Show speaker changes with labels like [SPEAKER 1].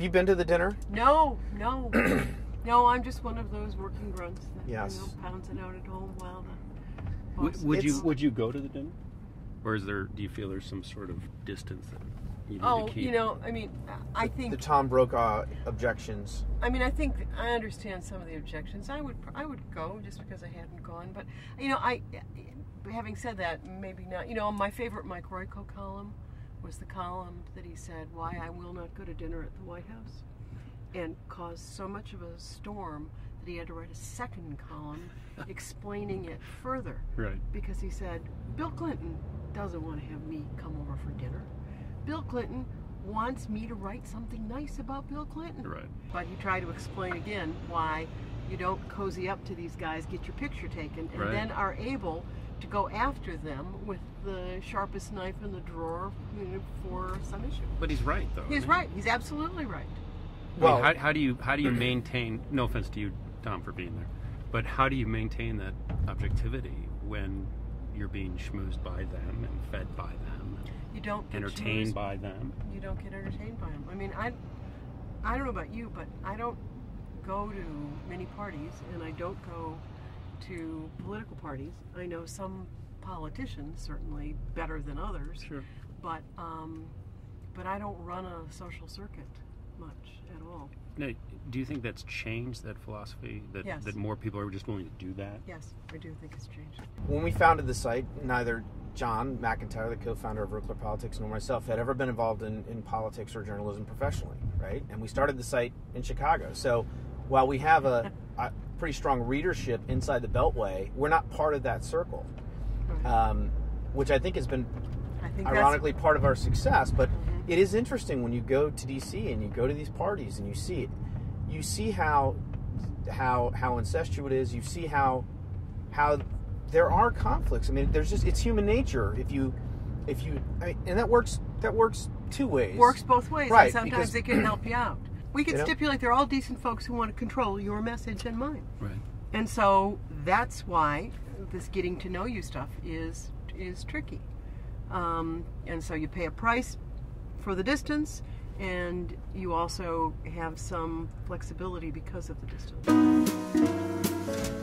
[SPEAKER 1] you been to the dinner?
[SPEAKER 2] No, no. no, I'm just one of those working grunts that
[SPEAKER 1] Yes.
[SPEAKER 2] you know, pounds it out at home while the boss-
[SPEAKER 3] Would, would you
[SPEAKER 1] It's-
[SPEAKER 3] would you go to the dinner, or is there? Do you feel there's some sort of distance that you need
[SPEAKER 2] Oh,
[SPEAKER 3] to keep?
[SPEAKER 2] you know, I mean, I think
[SPEAKER 1] The Tom Brokaw uh, objections.
[SPEAKER 2] I mean, I think I understand some of the objections. I would I would go just because I hadn't gone, but you know, I having said that, maybe not. You know, my favorite Mike Royko column was the column that he said why I will not go to dinner at the White House, and caused so much of a storm that he had to write a second column explaining it further
[SPEAKER 3] Right.
[SPEAKER 2] because he said Bill Clinton doesn't want to have me come over for dinner. Bill Clinton wants me to write something nice about Bill Clinton.
[SPEAKER 3] Right.
[SPEAKER 2] But he tried to explain again why you don't cozy up to these guys, get your picture taken, and
[SPEAKER 3] Right.
[SPEAKER 2] then are able to go after them with the sharpest knife in the drawer you know, for some issue.
[SPEAKER 3] But he's right though.
[SPEAKER 2] He's
[SPEAKER 3] I mean,
[SPEAKER 2] right. He's absolutely right.
[SPEAKER 3] I mean,
[SPEAKER 1] Well-
[SPEAKER 3] how, how do you how do you maintain? No offense to you, Tom, for being there, but how do you maintain that objectivity when you're being schmoozed by them and fed by them,
[SPEAKER 2] You don't get
[SPEAKER 3] entertained
[SPEAKER 2] used-
[SPEAKER 3] by them?
[SPEAKER 2] you don't get entertained by them. I mean, I, I don't know about you, but I don't go to many parties, and I don't go to political parties. I know some politicians certainly better than others,
[SPEAKER 3] Sure.
[SPEAKER 2] but um, but I don't run a social circuit much at all.
[SPEAKER 3] Now, do you think that's changed that philosophy? That
[SPEAKER 2] Yes.
[SPEAKER 3] that more people are just willing to do that?
[SPEAKER 2] Yes, I do think it's changed.
[SPEAKER 1] When we founded the site, neither John McIntyre, the co-founder of Rookler Politics, nor myself had ever been involved in, in politics or journalism professionally, right? And we started the site in Chicago. So while we have a, a pretty strong readership inside the Beltway, we're not part of that circle, um, which I think has been
[SPEAKER 2] I think
[SPEAKER 1] ironically part of our success. But it is interesting when you go to DC and you go to these parties and you see it. You see how how how incestuous it is. You see how how there are conflicts. I mean, there's just it's human nature. If you if you I mean, and that works that works two ways.
[SPEAKER 2] that's, works both ways,
[SPEAKER 1] Right,
[SPEAKER 2] and sometimes
[SPEAKER 1] because-
[SPEAKER 2] it can help you out. We can
[SPEAKER 1] You know?
[SPEAKER 2] stipulate they're all decent folks who want to control your message and mine.
[SPEAKER 3] Right.
[SPEAKER 2] And so that's why this getting to know you stuff is is tricky. Um, and so you pay a price for the distance, and you also have some flexibility because of the distance.